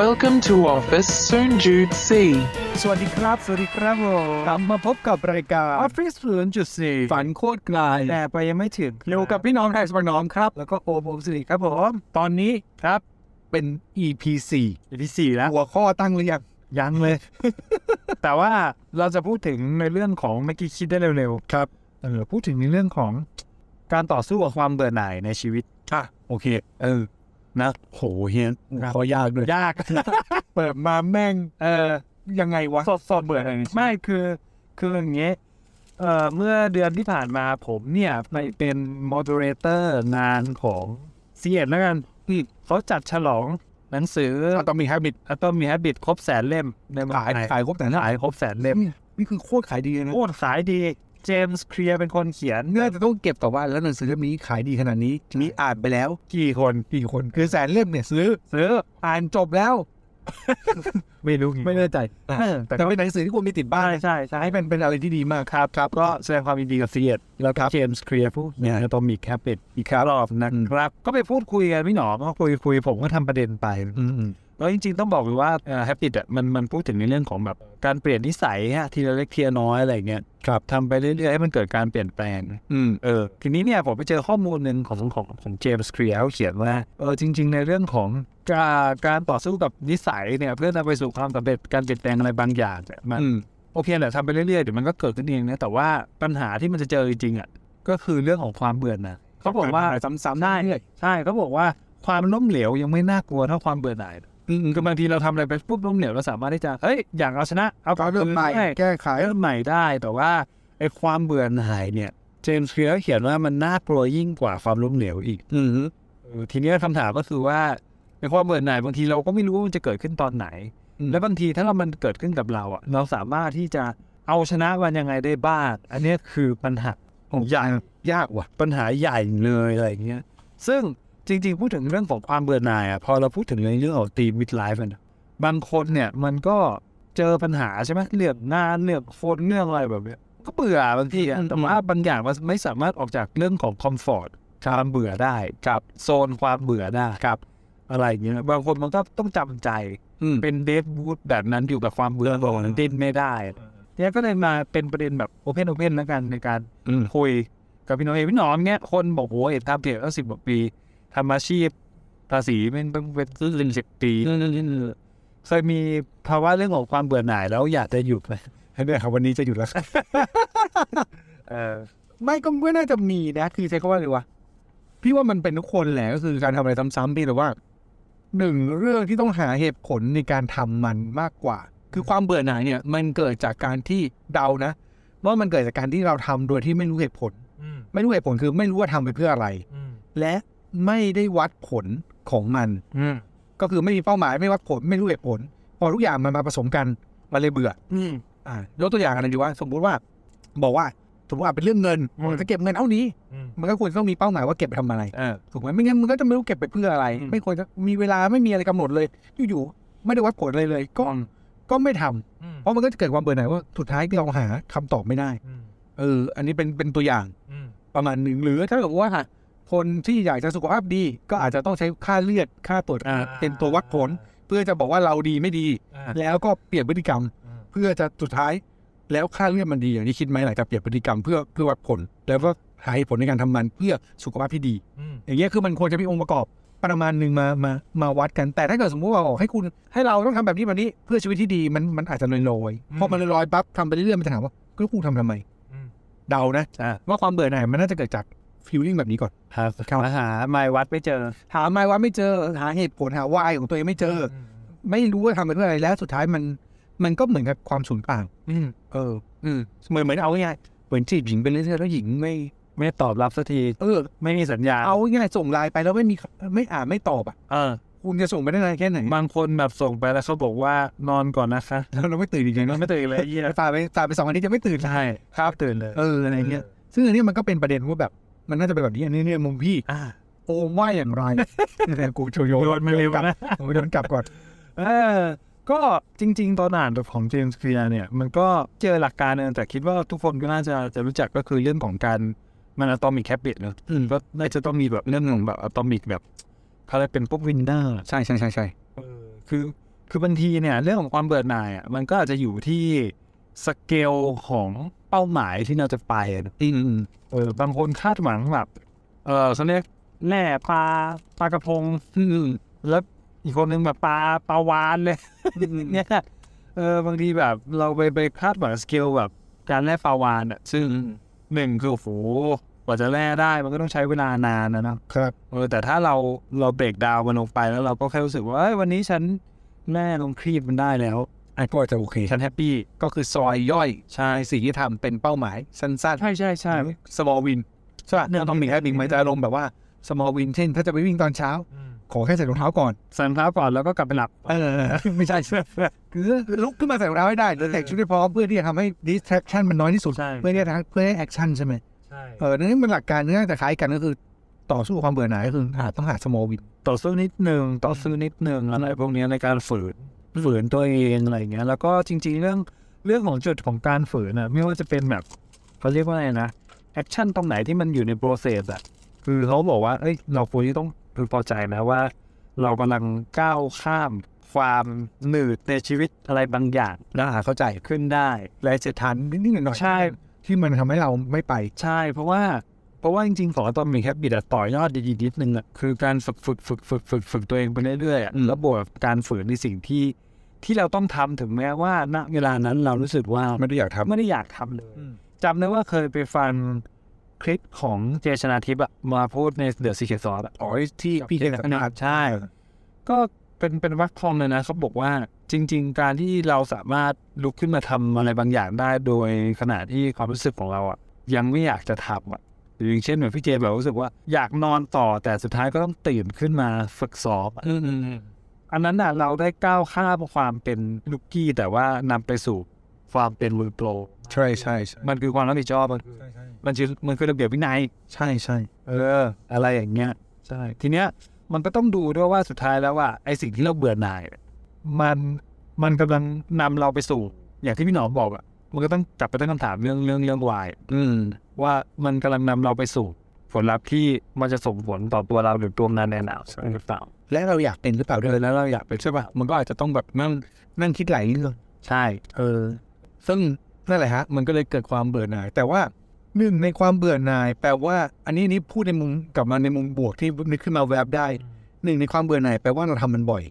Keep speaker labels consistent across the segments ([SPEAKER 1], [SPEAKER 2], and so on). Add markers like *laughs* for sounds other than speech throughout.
[SPEAKER 1] Welcome to Office Soon Jude C.
[SPEAKER 2] สวัสดีครับ สวัสดีครับผมกลับมาพบกับรายการ Office 0.4 ฝันโคตรไกลแต่ไปยังไม่ถึงอยู่กับพี่น้องไทยสปักน้อมครับ แล้วก็โอมโอมสิริครับผม ตอนนี้ครับเป็น EP 4 EP 4แล้ว หัวข้อตั้งหรือยัง ยังเลย *laughs* แต่ว่าเราจะพูดถึงในเรื่องของเมื่อกี้คิดได้เร็วๆ ครับเออพูดถึงในเรื่องของการต่อสู้กับความเบื่อหน่ายในชีวิตค่ะโอเค เออ นะโหเฮียนขอยากด้วยยาก เปิดมาแม่ง เออ ยังไงวะ สดสดเบื่ออะไรไม่คือ คืออย่างเงี้ยเอ่อเมื่อเดือนที่ผ่านมาผมเนี่ยไปเป็นมอดเ r เตอร์งานของเซียนแล้วกันเขาจัดฉลองหนังสือต้องมีฮับบิตต้องมีฮับบิตครบแสนเล่มในเมือง
[SPEAKER 3] ขาย
[SPEAKER 2] ไทย
[SPEAKER 3] ขายครบแต่ละ
[SPEAKER 2] ขายครบแสนเล่ม
[SPEAKER 3] นี่คือโคตรขายดีเลยนะ
[SPEAKER 2] โคตรสายดี เจมส์เคลียร์เป็นคนเขียน
[SPEAKER 3] น่าจะต้องเก็บต่อว่าแล้วหนังสือเล่มนี้ขายดีขนาดนี้มีอ่านไปแล้ว
[SPEAKER 2] กี่คน
[SPEAKER 3] กี่คนคือแสนเล่มเนี่ยซื้อ
[SPEAKER 2] ซื้อ
[SPEAKER 3] อ่านจบแล้ว
[SPEAKER 2] ไม่รู้
[SPEAKER 3] ไม่แน่ใจ
[SPEAKER 2] เออแต่
[SPEAKER 3] แต่เป็นหนังสือที่ควรมีติดบ้า
[SPEAKER 2] ใช่
[SPEAKER 3] น
[SPEAKER 2] ใช่ใช่
[SPEAKER 3] ให้
[SPEAKER 2] ให้เป็น
[SPEAKER 3] เป็นเป็นอะไรที่ดีมาก
[SPEAKER 2] ครับครับก็แสดงความยินดีกับเซียน
[SPEAKER 3] แล้วครับ
[SPEAKER 2] เจมส์เคลียร์ผู้เนี่ย
[SPEAKER 3] อืม
[SPEAKER 2] ต้องมีแคปเปตอีกครับรอบนะครับ ก็ไปพูดคุยกันพี่หนอมก็คุยคุยผมก็ทำประเด็นไป
[SPEAKER 3] อืมอืม
[SPEAKER 2] แล้วจริงๆต้องบอกเลยว่าแฮปปี้อ่ะมันมันพูดถึงในเรื่องของแบบการเปลี่ยนนิสัยฮะทีละเล็กทีละน้อยอะไรเงี้ยครับทำไปเรื่อยๆให้มันเกิดการเปลี่ยนแปลง
[SPEAKER 3] อืม
[SPEAKER 2] เออทีนี้เนี่ยผมไปเจอข้อมูลหนึ่งของของของเจมส์เคลียร์เขาเขียนว่าเออจริง ๆ ในเรื่องของการการต่อสู้กับนิสัยเนี่ยเพื่อนำไปสู่ความสำเร็จการเปลี่ยนแปลงอะไรบางอย่างเนี่ยมัน
[SPEAKER 3] อืม
[SPEAKER 2] โอเคแหละทำไปเรื่อยๆเดี๋ยวมันก็เกิดขึ้นเองนะแต่ว่าปัญหาที่มันจะเจอจริงๆอ่ะก็คือเรื่องของความเบื่อหน่ายเขาบอกว่า
[SPEAKER 3] ซ้ำๆได้เลย
[SPEAKER 2] ใช่เขาบอกว่าความล้มเหลวยังไม่น่ากลัวเท่าความเบื่อหน่าย
[SPEAKER 3] อืมอืม
[SPEAKER 2] คือบางทีเราทำอะไรไปปุ๊บล้มเหลวเราสามารถที่จะเฮ้ยอยากเอาชนะเอา
[SPEAKER 3] ก็เริ่มใหม่แก้ไข
[SPEAKER 2] เริ่มใหม่ได้แต่ว่าไอ้ความเบื่อหน่ายเนี่ยเจมส์เคลียร์เขียนว่ามันน่ากลัวยิ่งกว่าความล้มเหลวอีก
[SPEAKER 3] อืม
[SPEAKER 2] เออทีเนี้ยคำถามก็คือว่าไอ้ความเบื่อหน่ายบางทีเราก็ไม่รู้ว่ามันจะเกิดขึ้นตอนไหน แล้วบางทีถ้าเรามันเกิดขึ้นกับเราอ่ะเราสามารถที่จะเอาชนะมันยังไงได้บ้าง อันเนี้ยคือปัญหาของใหญ่
[SPEAKER 3] ยากว่ะ
[SPEAKER 2] ปัญหาใหญ่เลยอะไรอย่างเงี้ยซึ่งจริงๆ พูดถึงเรื่องของความเบื่อหน่ายอ่ะพอเราพูดถึงในเรื่องของตีมวิดไลฟ์มันอะบางคนเนี่ยมันก็เจอปัญหาใช่ไหมเรื่องงานเรื่องคนเรื่องอะไรแบบเนี้ยก็เบื่อบางทีอะแต่ว่าบางอย่างมันไม่สามารถออกจากเรื่องของคอมฟอร์ตความเบื่อได้กับโซนความเบื่อได้ครับอะไรอย่างเงี้ยบางคนมันก็ต้องจำใจ
[SPEAKER 3] อืม
[SPEAKER 2] เป็นเดฟวูดแบบนั้นอยู่กับความเบื่อหน่ายดิ้นไม่ได้เนี่ยก็เลยมาเป็นประเด็นแบบโอเพนโอเพนแล้วกันในการ
[SPEAKER 3] อืม
[SPEAKER 2] คุยกับพี่น้องเองพี่หน้องเนี้ยคนบอกโอ้ยทำเพจตั้งสิบกว่าปีทำอาชีพภาษีเป็นเป็นเป็นเป็นสิบปีเคยมีภาวะเรื่องของความเบื่อหน่ายแล้วอยากจะหยุดไหม
[SPEAKER 3] ให้ได้ครับวันนี้จะหยุดแล้ว
[SPEAKER 2] เออ
[SPEAKER 3] ไม่ก็ไม่น่าจะมีนะคือใช้คำว่าอะไรวะพี่ว่ามันเป็นทุกคนแหละก็คือการทำอะไรซ้ำๆพี่แต่ว่าหนึ่งเรื่องที่ต้องหาเหตุผลในการทำมันมากกว่า คือความเบื่อหน่ายเนี่ย มันเกิดจากการที่เดานะว่ามันเกิดจากการที่เราทำโดยที่ไม่รู้เหตุผล ไม่รู้เหตุผลคือไม่รู้ว่าทำไปเพื่ออะไร และไม่ได้วัดผลของมัน
[SPEAKER 2] อืม
[SPEAKER 3] ก็คือไม่มีเป้าหมายไม่วัดผลไม่รู้เหตุผล พอทุกอย่างมันมาผสมกันมันเลยเบื่อ
[SPEAKER 2] อืม
[SPEAKER 3] อ่ะยกตัวอย่างอะไรดีว่า สมมุติว่า บอกว่าสมมติว่าเป็นเรื่องเงิน
[SPEAKER 2] อืม
[SPEAKER 3] จะเก็บเงินเท่านี้
[SPEAKER 2] อืม
[SPEAKER 3] มันก็ควรจะต้องมีเป้าหมายว่าเก็บไปทำอะไร
[SPEAKER 2] เออ
[SPEAKER 3] ถูกไหมไม่งั้นมันก็จะไม่รู้เก็บไปเพื่ออะไร
[SPEAKER 2] อืม
[SPEAKER 3] ไม่ควรจะมีเวลาไม่มีอะไรกำหนดเลยอยู่ๆไม่ได้วัดผลอะไรเลย ก็ก็ไม่ทำเพราะมันก็จะเกิดความเบื่อหน่ายว่าสุดท้ายเราหาคำตอบไม่ได้เออ อันนี้เป็นเป็นตัวอย่างประมาณหนึ่งหรือถ้าเกิดว่าคนที่อยากจะสุขภาพดี ก็อาจจะต้องใช้ค่าเลือดค่าตรวจเป็นตัววัดผล เพื่อจะบอกว่าเราดีไม่ดี แล้วก็เปลี่ยนพฤติกรรม เพื่อจะสุดท้ายแล้วค่าเลือดมันดีอย่างที่คิดไหมหลังจากเปลี่ยนพฤติกรรมเพื่อเพื่อวัดผล แล้วก็หาเหตุผลในการทำมันเพื่อสุขภาพที่ดี อย่างเงี้ยคือมันควรจะมีองค์ประกอบประมาณหนึ่งมามามาวัดกันแต่ถ้าเกิดสมมติว่าบอกให้คุณให้เราต้องทำแบบนี้แบบนี้เพื่อชีวิตที่ดีมันมันอาจจะลอยลอยๆพอมันลอยลอยๆปั๊บทำไปเรื่อยๆมันจะถามว่าก็คุณทำทำไม
[SPEAKER 2] อืม
[SPEAKER 3] เดานะ
[SPEAKER 2] อ่า
[SPEAKER 3] ว่าความเบื่อหน่ายมันน่าจะเกิดจากฟีลลิ่งแบบนี้ก่อน
[SPEAKER 2] ครับ
[SPEAKER 3] ครับ
[SPEAKER 2] หาไม่วัดไม่เจอ
[SPEAKER 3] หาไม่ว่าไม่เจอหาเหตุผลหาวายของตัวเองไม่เจอ ไม่รู้ว่าทำไปเพื่ออะไรแล้วสุดท้ายมันมันก็เหมือนกับความสูญเปล่า
[SPEAKER 2] อืม
[SPEAKER 3] เอออืมเหมือนเหมือนเอาง่ายๆเหมือนจีบหญิงไปเรื่อยๆแล้วหญิงไม่
[SPEAKER 2] ไม่ตอบรับสักที
[SPEAKER 3] เออ
[SPEAKER 2] ไม่มีสัญญาณ
[SPEAKER 3] เอาง่ายๆส่งไลน์ไปแล้วไม่มีไม่อ่านไม่ตอบอ่ะ
[SPEAKER 2] เออ
[SPEAKER 3] คุณจะส่งไปได้นานแค่ไหน
[SPEAKER 2] บางคนแบบส่งไปแล้วเขาบอกว่านอนก่อนนะคะ
[SPEAKER 3] แล้วเราไม่ตื่นอีกเลย
[SPEAKER 2] นอน
[SPEAKER 3] เนาะ
[SPEAKER 2] ไม่ตื่นเลยเหี้ย
[SPEAKER 3] ตายไปตายไปสองอาทิตย์จะไม่ตื่น
[SPEAKER 2] ใช่ครับตื่นเลย
[SPEAKER 3] เอออะไรเงี้ยซึ่งอันนี้มันก็เป็นประเด็นว่าแบบ มันน่าจะเป็นแบบนี้อันนี้เนี่ยมุมพี่
[SPEAKER 2] อ่า
[SPEAKER 3] โอมว่าอย่างไร *laughs* แต่กูโชยโย
[SPEAKER 2] โยนมาเร็ว
[SPEAKER 3] กลับ
[SPEAKER 2] นะ
[SPEAKER 3] ผมโยนกลับก่อน
[SPEAKER 2] เออก็จริง ๆ ตอนอ่านแบบของเจมส์เคลียร์เนี่ย มันก็เจอหลักการเนงแต่คิดว่าทุกคนก็น่าจะจะรู้จักก็คือเรื่องของการมันอะตอมิกแคปเปตเนอะ
[SPEAKER 3] อืม
[SPEAKER 2] ก็น่าจะต้องมีแบบเรื่องของแบบอะตอมิกแบบเขาเรียกเป็นพวกวินเนอร์
[SPEAKER 3] ใช่ใช่ใช่ใช่
[SPEAKER 2] คือคือบางทีเนี่ย เรื่องของความเบื่อหน่ายอ่ะมันก็อาจจะอยู่ที่สเกลของเป้าหมายที่เราจะไปอะนะ
[SPEAKER 3] อืม
[SPEAKER 2] เออบางคนคาดหวังแบบเออเขาเรียกแหน่ปลาปลากระพง
[SPEAKER 3] อืม
[SPEAKER 2] แล้วอีกคนนึงแบบปลาปลาวานเลย เนี่ยเออบางทีแบบเราไปไปคาดหวังสเกลแบบการแล่ปลาวานอ่ะซึ่งหนึ่งคือโอ้โหกว่าจะแล่ได้มันก็ต้องใช้เวลานานนะเนาะ
[SPEAKER 3] ครับ
[SPEAKER 2] เออแต่ถ้าเราเราเบรกดาวน์มันลงไปแล้วเราก็แค่รู้สึกว่าเอ้ยวันนี้ฉันแม่ลงครีบมันได้แล้ว
[SPEAKER 3] อันก็จะโอเค
[SPEAKER 2] ฉันแฮปปี้
[SPEAKER 3] ก็คือซอยย่อยใช่สิ่งที่ทำเป็นเป้าหมายสั้นๆ
[SPEAKER 2] ใช่ใช่ใช่
[SPEAKER 3] สมอลวินใช่ป่ะ
[SPEAKER 2] หนึ่ง
[SPEAKER 3] ต้องมีแค่บิงไหมจะอารมณ์แบบว่าสมอลวินเช่น ถ้าจะไปวิ่งตอนเช้า ขอแค่ใส่รองเท้าก่อน
[SPEAKER 2] สันท้าก่อนแล้วก็กลับไปหลับ
[SPEAKER 3] เออ *laughs* ไม่ใช่คือลุกขึ้นมาใส่รองเท้าให้ได้แล้วแต่งชุดให้พร้อมเพื่อที่จะทำให้ distraction มันน้อยที่สุด
[SPEAKER 2] ใช่
[SPEAKER 3] เพื่อที่จะทำเพื่อให้ action ใช่ไหม
[SPEAKER 2] ใช่
[SPEAKER 3] เออนั่นมันหลักการเนื่องจากคล้ายกันก็คือ ต่อสู้กับความเบื่อหน่ายก็คือหาต้องหา small win
[SPEAKER 2] ต่อสู้นิดหนึ่งต่อสู้นิดหนึ่งอะไรพวกเนี้ยในการฝืนฝืนตัวเองอะไรอย่างเงี้ยแล้วก็จริง ๆ เรื่องเรื่องของจุดของการฝืนอ่ะไม่ว่าจะเป็นแบบเขาเรียกว่าอะไรนะแอคชั่นตรงไหนที่มันอยู่ในโปรเซสอ่ะคือเขาบอกว่าเอ้ยเราควรที่ต้องพึงพอใจนะว่า เรากำลังก้าวข้ามความหนืดในชีวิตอะไรบางอย่าง
[SPEAKER 3] แล้วหาเข้าใจ
[SPEAKER 2] ขึ้นได้
[SPEAKER 3] และเจตทันนิดๆหน่อยๆ
[SPEAKER 2] ใช่
[SPEAKER 3] ที่มันทำให้เราไม่ไป
[SPEAKER 2] ใช่ เพราะว่าเพราะว่าจริงๆของตอนมีแคปบิดต่อยอดดีๆนิดนึงอ่ะคือการฝึกฝึกฝึกฝึกฝึกฝึกตัวเองไปเรื่อยๆอะ
[SPEAKER 3] อืม
[SPEAKER 2] แล้วบวกกับการฝืนในสิ่งที่ที่เราต้องทำถึงแม้ว่าณเวลานั้นเรารู้สึกว่า
[SPEAKER 3] ไม่ได้อยากทำ
[SPEAKER 2] ไม่ได้อยากทำเลย
[SPEAKER 3] อืม
[SPEAKER 2] จำได้ว่าเคยไปฟังคลิปของเจชนาทิพย์อะมาพูดในเดอะซีเคซอสอะ
[SPEAKER 3] อ๋อที่พี่เจนสัมภาษณ์
[SPEAKER 2] ใช่ ก็เป็นเป็นวักทองเลยนะเขาบอกว่าจริง ๆ การที่เราสามารถลุกขึ้นมาทำอะไรบางอย่างได้โดยขณะที่ความรู้สึกของเราอ่ะยังไม่อยากจะทำอ่ะหรืออย่างเช่นเหมือนพี่เจแบบรู้สึกว่าอยากนอนต่อแต่สุดท้ายก็ต้องตื่นขึ้นมาฝึกซ้อมอะอันนั้นน่ะเราได้ก้าวข้ามความเป็นลูกกี้แต่ว่านำไปสู่ความเป็นมือโปร
[SPEAKER 3] ใช่ใช่ใช่
[SPEAKER 2] มันคือความรับผิดชอบมันคือมันคือมันคือระเบียบวินัย
[SPEAKER 3] ใช่ใช่
[SPEAKER 2] เออ อะไรอย่างเงี้ยใช่ทีเนี้ยมันก็ต้องดูด้วยว่าสุดท้ายแล้วว่าไอสิ่งที่เราเบื่อหน่ายเนี่ยมันมันกำลังนำเราไปสู่ อย่างที่พี่หนอมบอกอะมันก็ต้องกลับไปตั้งคำถามเรื่องเรื่องเรื่องวาย
[SPEAKER 3] อืม
[SPEAKER 2] ว่ามันกำลังนำเราไปสู่ ผลลัพธ์ที่มันจะส่งผลต่อตัวเราหรือตัวนั้นแน่นอนหรือเปล่า
[SPEAKER 3] และเราอยากเป็นหรือเปล่าด้
[SPEAKER 2] เอ
[SPEAKER 3] วย
[SPEAKER 2] อแล้วเราอยากเป็น
[SPEAKER 3] ใช่ปะมันก็อาจจะต้องแบบนั่งนั่งคิดหลายเรื่อง
[SPEAKER 2] ใช่
[SPEAKER 3] เออ ซึ่งนั่นแหละฮะ มันก็เลยเกิดความเบื่อหน่าย แต่ว่าหนึ่งในความเบื่อหน่าย แปลว่า อันนี้อันนี่พูดในมุมกลับมาในมุมบวกที่นึกขึ้นมาแวบได้หนึ่งในความเบื่อหน่ายแปลว่าเราทำมันบ่อย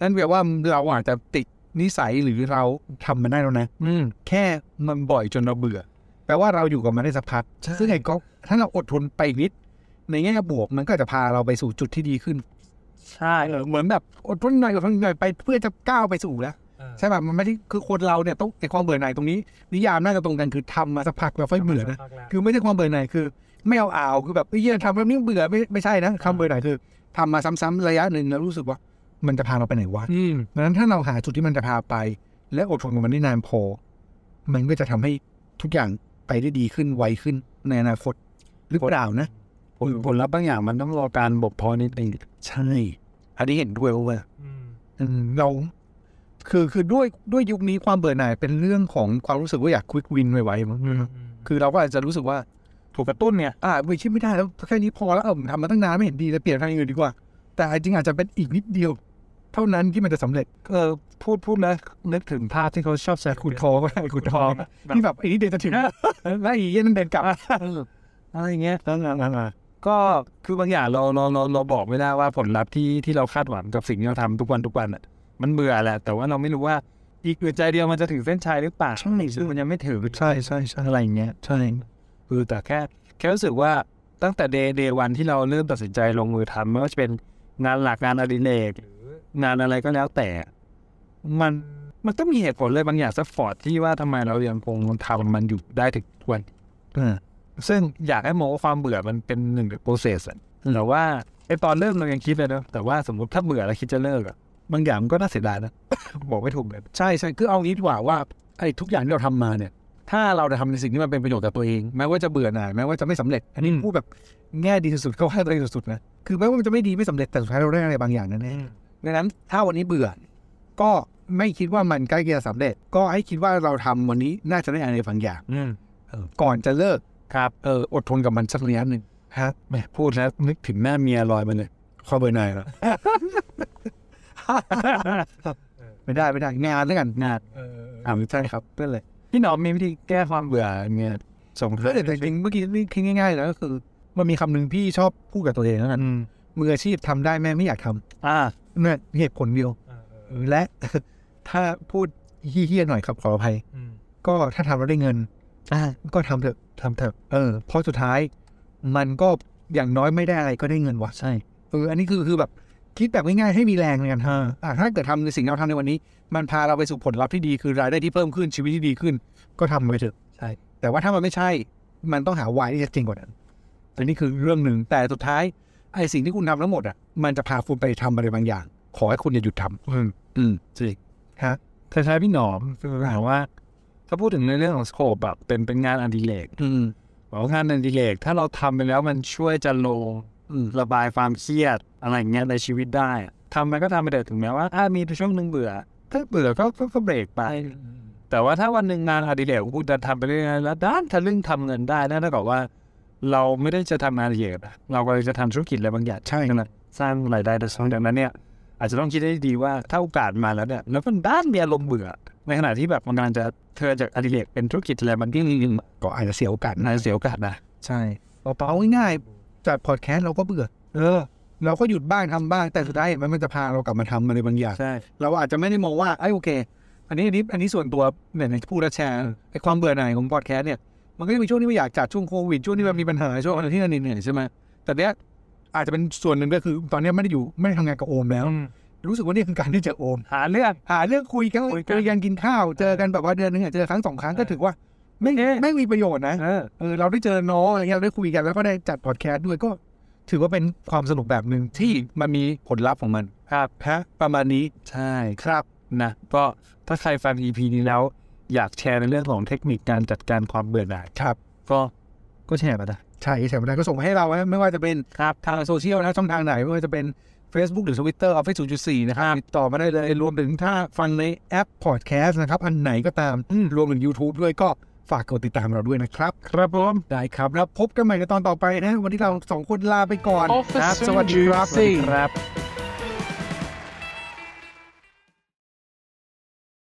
[SPEAKER 3] นั่นแปลว่าเราอาจจะติดนิสัยหรือเราทำมันได้แล้วนะ
[SPEAKER 2] อืม
[SPEAKER 3] แค่มันบ่อยจนเราเบื่อ แปลว่าเราอยู่กับมันได้สักพัก
[SPEAKER 2] ใช่
[SPEAKER 3] ซึ่งไอ้ก็ถ้าเราอดทนไปนิด ในแง่บวกมันก็อาจจะพาเราไปสู่จุดที่ดีขึ้น
[SPEAKER 2] ใช่
[SPEAKER 3] เออเหมือนแบบอดทนหน่อยอดทนหน่อยไปเพื่อจะก้าวไปสู่แล้วใช่ป่ะมันไม่ได้คือคนเราเนี่ยต้องในความเบื่อหน่ายตรงนี้ นิยามน่าจะตรงกันคือทำมาสักพักแล้วค่อยเบื่อนะคือไม่ใช่ความเบื่อหน่ายคือ ไม่เอาอ่าวคือแบบเอ้ยเหี้ยทำแล้วนี่เบื่อไม่ไม่ใช่นะคำเบื่อหน่ายคือทำมาซ้ำๆระยะหนึ่งแล้วรู้สึกว่า มันจะพาเราไปไหนวะ
[SPEAKER 2] อืม
[SPEAKER 3] ดังนั้นถ้าเราหาจุดที่มันจะพาไป และอดทนกับมันได้นานพอ มันก็จะทำให้ทุกอย่างไปได้ดีขึ้นไวขึ้นในอนาคตหรือเปล่านะ
[SPEAKER 2] ผลผลลัพธ์บางอย่างมันต้องรอการบ่มเพาะนิดนึง
[SPEAKER 3] ใช่อันนี้เห็นด้วยว่า อืมเราคือคือด้วยด้วยยุคนี้ความเบื่อหน่ายเป็นเรื่องของความรู้สึกว่าอยากควิกวินไวๆมั้งคือเราก็อาจจะรู้สึกว่า
[SPEAKER 2] ถูกกระตุ้นเนี่ย
[SPEAKER 3] อ่าไม่คิดไม่ได้แล้วแค่นี้พอแล้วเออผมทำมาตั้งนานไม่เห็นดีแล้วเปลี่ยนทางอื่นดีกว่า แต่จริงๆอาจจะเป็นอีกนิดเดียว เท่านั้นที่มันจะสำเร็จ
[SPEAKER 2] เออพูดพูดแล้วนึกถึงภาพที่เขาชอบแชร์
[SPEAKER 3] ขุ
[SPEAKER 2] คุ
[SPEAKER 3] ด
[SPEAKER 2] ณ
[SPEAKER 3] ทองก็ได้ขุดทองที่แบบไอ้นี่เดินจะถึงแล้วไอ้เหี้ยนั่นเดินกลับ
[SPEAKER 2] *laughs* อะไรอย่างเงี้ย
[SPEAKER 3] นั่นนั่นนั่น
[SPEAKER 2] ก็คือบางอย่างเราเราเราเราบอกไม่ได้ว่าผลลัพธ์ที่ที่เราคาดหวังกับสิ่งที่เราทำทุกวันทุกวันอ่ะมันเบื่อแหละ แต่ว่าเราไม่รู้ว่าอีกอึดใจเดียวมันจะถึงเส้นชัยหรือเปล่าช่างหนึ่งซึ่งมันยังไม่ถึง
[SPEAKER 3] ใช่ใช่ใช่
[SPEAKER 2] อะไรอย่างเงี้ย
[SPEAKER 3] ใช่
[SPEAKER 2] คือแต่แค่แค่รู้สึกว่าตั้งแต่เดย์เดย์วันที่เราเริ่มตัดสินใจลงมือทำไม่ว่าจะเป็นงานหลักงานอดิเรกหรืองานอะไรก็แล้วแต่ มันมันต้องมีเหตุผลเลยบางอย่างซัพพอร์ตที่ว่าทำไมเรายังคงทำมันอยู่ได้ถึงทุกวัน
[SPEAKER 3] อ่า
[SPEAKER 2] ซึ่งอยากให้มองว่าความเบื่อมันเป็นหนึ่งในโปรเซสแต่ว่าไอตอนเริ่มเรายังคิดเลยนะแต่ว่าสมมติถ้าเบื่อแล้วคิดจะเลิกอะบางอย่างมันก็น่าเสียดายนะ *coughs* บอกไม่ถูกเลย
[SPEAKER 3] ใช่ใช่คือเอางี้ดีกว่าว่าไอ้ทุกอย่างที่เราทำมาเนี่ย ถ้าเราจะทำในสิ่งที่มันเป็นประโยชน์กับตัวเองแม้ว่าจะเบื่อหน่ายแม้ว่าจะไม่สำเร็จ
[SPEAKER 2] อันนี้
[SPEAKER 3] พูดแบบแง่ดีสุดๆเข้าให้ตัวเองสุดๆนะ คือแม้ว่ามันจะไม่ดีไม่สำเร็จแต่สุดท้ายเราได้อะไรบางอย่างนั่นแน่ดังนั้นถ้าวันนี้เบื่อ ก็ไม่คิดว่ามันใกล้จะสำเร็จ ก็ให้คิดว่าเราทำวันนี้น่าจะได้อะไรบางอย่าง
[SPEAKER 2] อืม
[SPEAKER 3] เออก่อนจะเลิก
[SPEAKER 2] ครับ
[SPEAKER 3] เอออดทนกับมันสักระยะหนึ่ง
[SPEAKER 2] แหมพูดแล้วนึกถึงหน้าเมียลอยมาเลย
[SPEAKER 3] ความเบื่อหน่ายเหรอ *laughs* ไม่ได้ไม่ได้งานแล้วกัน
[SPEAKER 2] งาน
[SPEAKER 3] เอออ่าใช่ครับนั่นแหละ
[SPEAKER 2] พี่หนอมมีวิธีแก้ความเบื่อเงี้ยส่ง
[SPEAKER 3] ก็แต่จริงๆเมื่อกี้นี่คิดง่ายๆแล้วก็คือ มันมีคำหนึ่งพี่ชอบพูดกับตัวเองแล้วกัน
[SPEAKER 2] อืม
[SPEAKER 3] มืออาชีพทำได้แม่ไม่อยากทำ
[SPEAKER 2] อ่า
[SPEAKER 3] เนี่ยเหตุผลเดียวและ *laughs* ถ้าพูดเฮี้ยๆหน่อยครับขออภัยก็ถ้าทำแล้วได้เงินก็ทำเถอะทำเถอะเออเพราะสุดท้าย มันก็อย่างน้อยไม่ได้อะไรก็ได้เงินวะ
[SPEAKER 2] ใช่
[SPEAKER 3] เอออันนี้คือคือแบบคิดแบบง่ายๆให้มีแรงในการทำอ่ะถ้าเกิดทำในสิ่งที่เราทำในวันนี้ มันพาเราไปสู่ผลลัพธ์ที่ดีคือรายได้ที่เพิ่มขึ้นชีวิตที่ดีขึ้น ก็ทำไปเถอะ
[SPEAKER 2] ใช่
[SPEAKER 3] แต่ว่าถ้ามันไม่ใช่ มันต้องหาวายที่จะจริงกว่านั้นอันนี้คือเรื่องหนึ่งแต่สุดท้ายไอ้สิ่งที่คุณทำทั้งหมดอ่ะมันจะพาคุณไปทำอะไรบางอย่าง ขอให้คุณอย่าหยุดทำ
[SPEAKER 2] อืมจริง
[SPEAKER 3] ฮะ
[SPEAKER 2] คล้ายๆพี่หนอมคือถามว่า ถ้าพูดถึงในเรื่องของสโคปแบบเป็นเป็นงานอดิเรก
[SPEAKER 3] อืม
[SPEAKER 2] บอกว่างานอดิเรกถ้าเราทำไปแล้วมันช่วยจะลง
[SPEAKER 3] อืม
[SPEAKER 2] ระบายความเครียดอะไรอย่างเงี้ยในชีวิตได้ทำมันก็ทำไปเถอะถึงแม้ว่าอามีช่วงหนึ่งเบื่อ ถ้าเบื่อก็ก็ก็เบรกไป แต่ว่าถ้าวันหนึ่งงานอดิเรกของคุณจะทำไปเรื่อยๆแล้วด้านทะลึ่งทำเงินได้นั่นเท่ากับว่า เราไม่ได้จะทำงานอดิเรกนะเราก็เลยจะทำธุรกิจอะไรบางอย่างใช่นะสร้างรายได้แต่สองจากนั้นเนี่ย อาจจะต้องคิดให้ดีว่าถ้าโอกาสมาแล้วเนี่ยแล้วมันด้านมีอารมณ์เบื่อ ในขณะที่แบบมันกำลังจะเธอจากอดิเรกเป็นธุรกิจอะไรบางอย่างหนึ่ง
[SPEAKER 3] ก็อาจจะเสียโอกาส
[SPEAKER 2] ๆนา
[SPEAKER 3] นะ
[SPEAKER 2] ยเสียโอกาสนะ
[SPEAKER 3] ใช่เปล่าๆง่ายๆจัดพอดแคสต์เราก็เบื่อ เออ เราก็หยุดบ้างทำบ้างแต่สุดท้ายมันมันจะพาเรากลับมาทำอะไรบางอย่าง
[SPEAKER 2] ใช่
[SPEAKER 3] เราอาจจะไม่ได้มองว่าไอ้ยโอเค อันนี้อันนี้อันนี้ส่วนตัวเนี่ยในพูดและแชร์ไอ้ความเบื่อหน่ายของพอดแคสต์เนี่ยมันก็จะมีช่วงที่ไม่อยากจัดช่วงโควิดช่วงที่มันมีปัญหาช่วงอะไรที่นั่นนี่เนี่ยใช่ไหมแต่เนี้ยอาจจะเป็นส่วนหนึ่งก็คือ ตอนเนี้ยไม่ได้อยู่ไม่ได้ทำงานกับโอมแล้ว รู้สึกว่านี่คือการที่เจอโอม
[SPEAKER 2] หาเรื่อง
[SPEAKER 3] หาเรื่องคุยกัน
[SPEAKER 2] คุยกัน
[SPEAKER 3] เจอกันกินข้าวเจอกันแบบว่าเดือนนึงอะเจอครั้งสองครั้งก็
[SPEAKER 2] เออ
[SPEAKER 3] ถือว่าไม่ไม่มีประโยชน์นะ
[SPEAKER 2] เออ
[SPEAKER 3] เออเราได้เจอน้องอะไรเงี้ยเราได้คุยกันแล้วก็ได้จัดพอดแคสต์ด้วยก็ ถือว่าเป็นความสนุกแบบหนึ่งที่มันมีผลลัพธ์ของมัน
[SPEAKER 2] ครับ
[SPEAKER 3] ฮะประมาณนี้
[SPEAKER 2] ใช่
[SPEAKER 3] ครับ
[SPEAKER 2] นะก็ถ้าใครฟัง EP นี้แล้ว อยากแชร์ในเรื่องของเทคนิคการจัดการความเบื่อหน่าย
[SPEAKER 3] ครับ
[SPEAKER 2] ก็ก็แชร์มาได้
[SPEAKER 3] ใช่แชร์มาได้ก็ส่งมาให้เรานะไม่ว่าจะเป็น
[SPEAKER 2] ครับ
[SPEAKER 3] ทางโซเชียลนะช่องทางไหนไม่ว่าจะเป็น Facebook หรือ Twitter Office 0.4 นะครับติดต่อมาได้เลยรวมถึงถ้าฟังในแอปพอดแคสต์นะครับอันไหนก็ตามรวมถึง YouTube ด้วยก็ฝากกดติดตามเราด้วยนะครับ
[SPEAKER 2] ครับผม
[SPEAKER 3] ได้ครับแล้วพบกันใหม่ในตอนต่อไปนะ วันนี้เราสองคนลาไปก่อน
[SPEAKER 1] Officer
[SPEAKER 3] ครับ สวัสดีครับ
[SPEAKER 1] Juicy
[SPEAKER 3] ครับ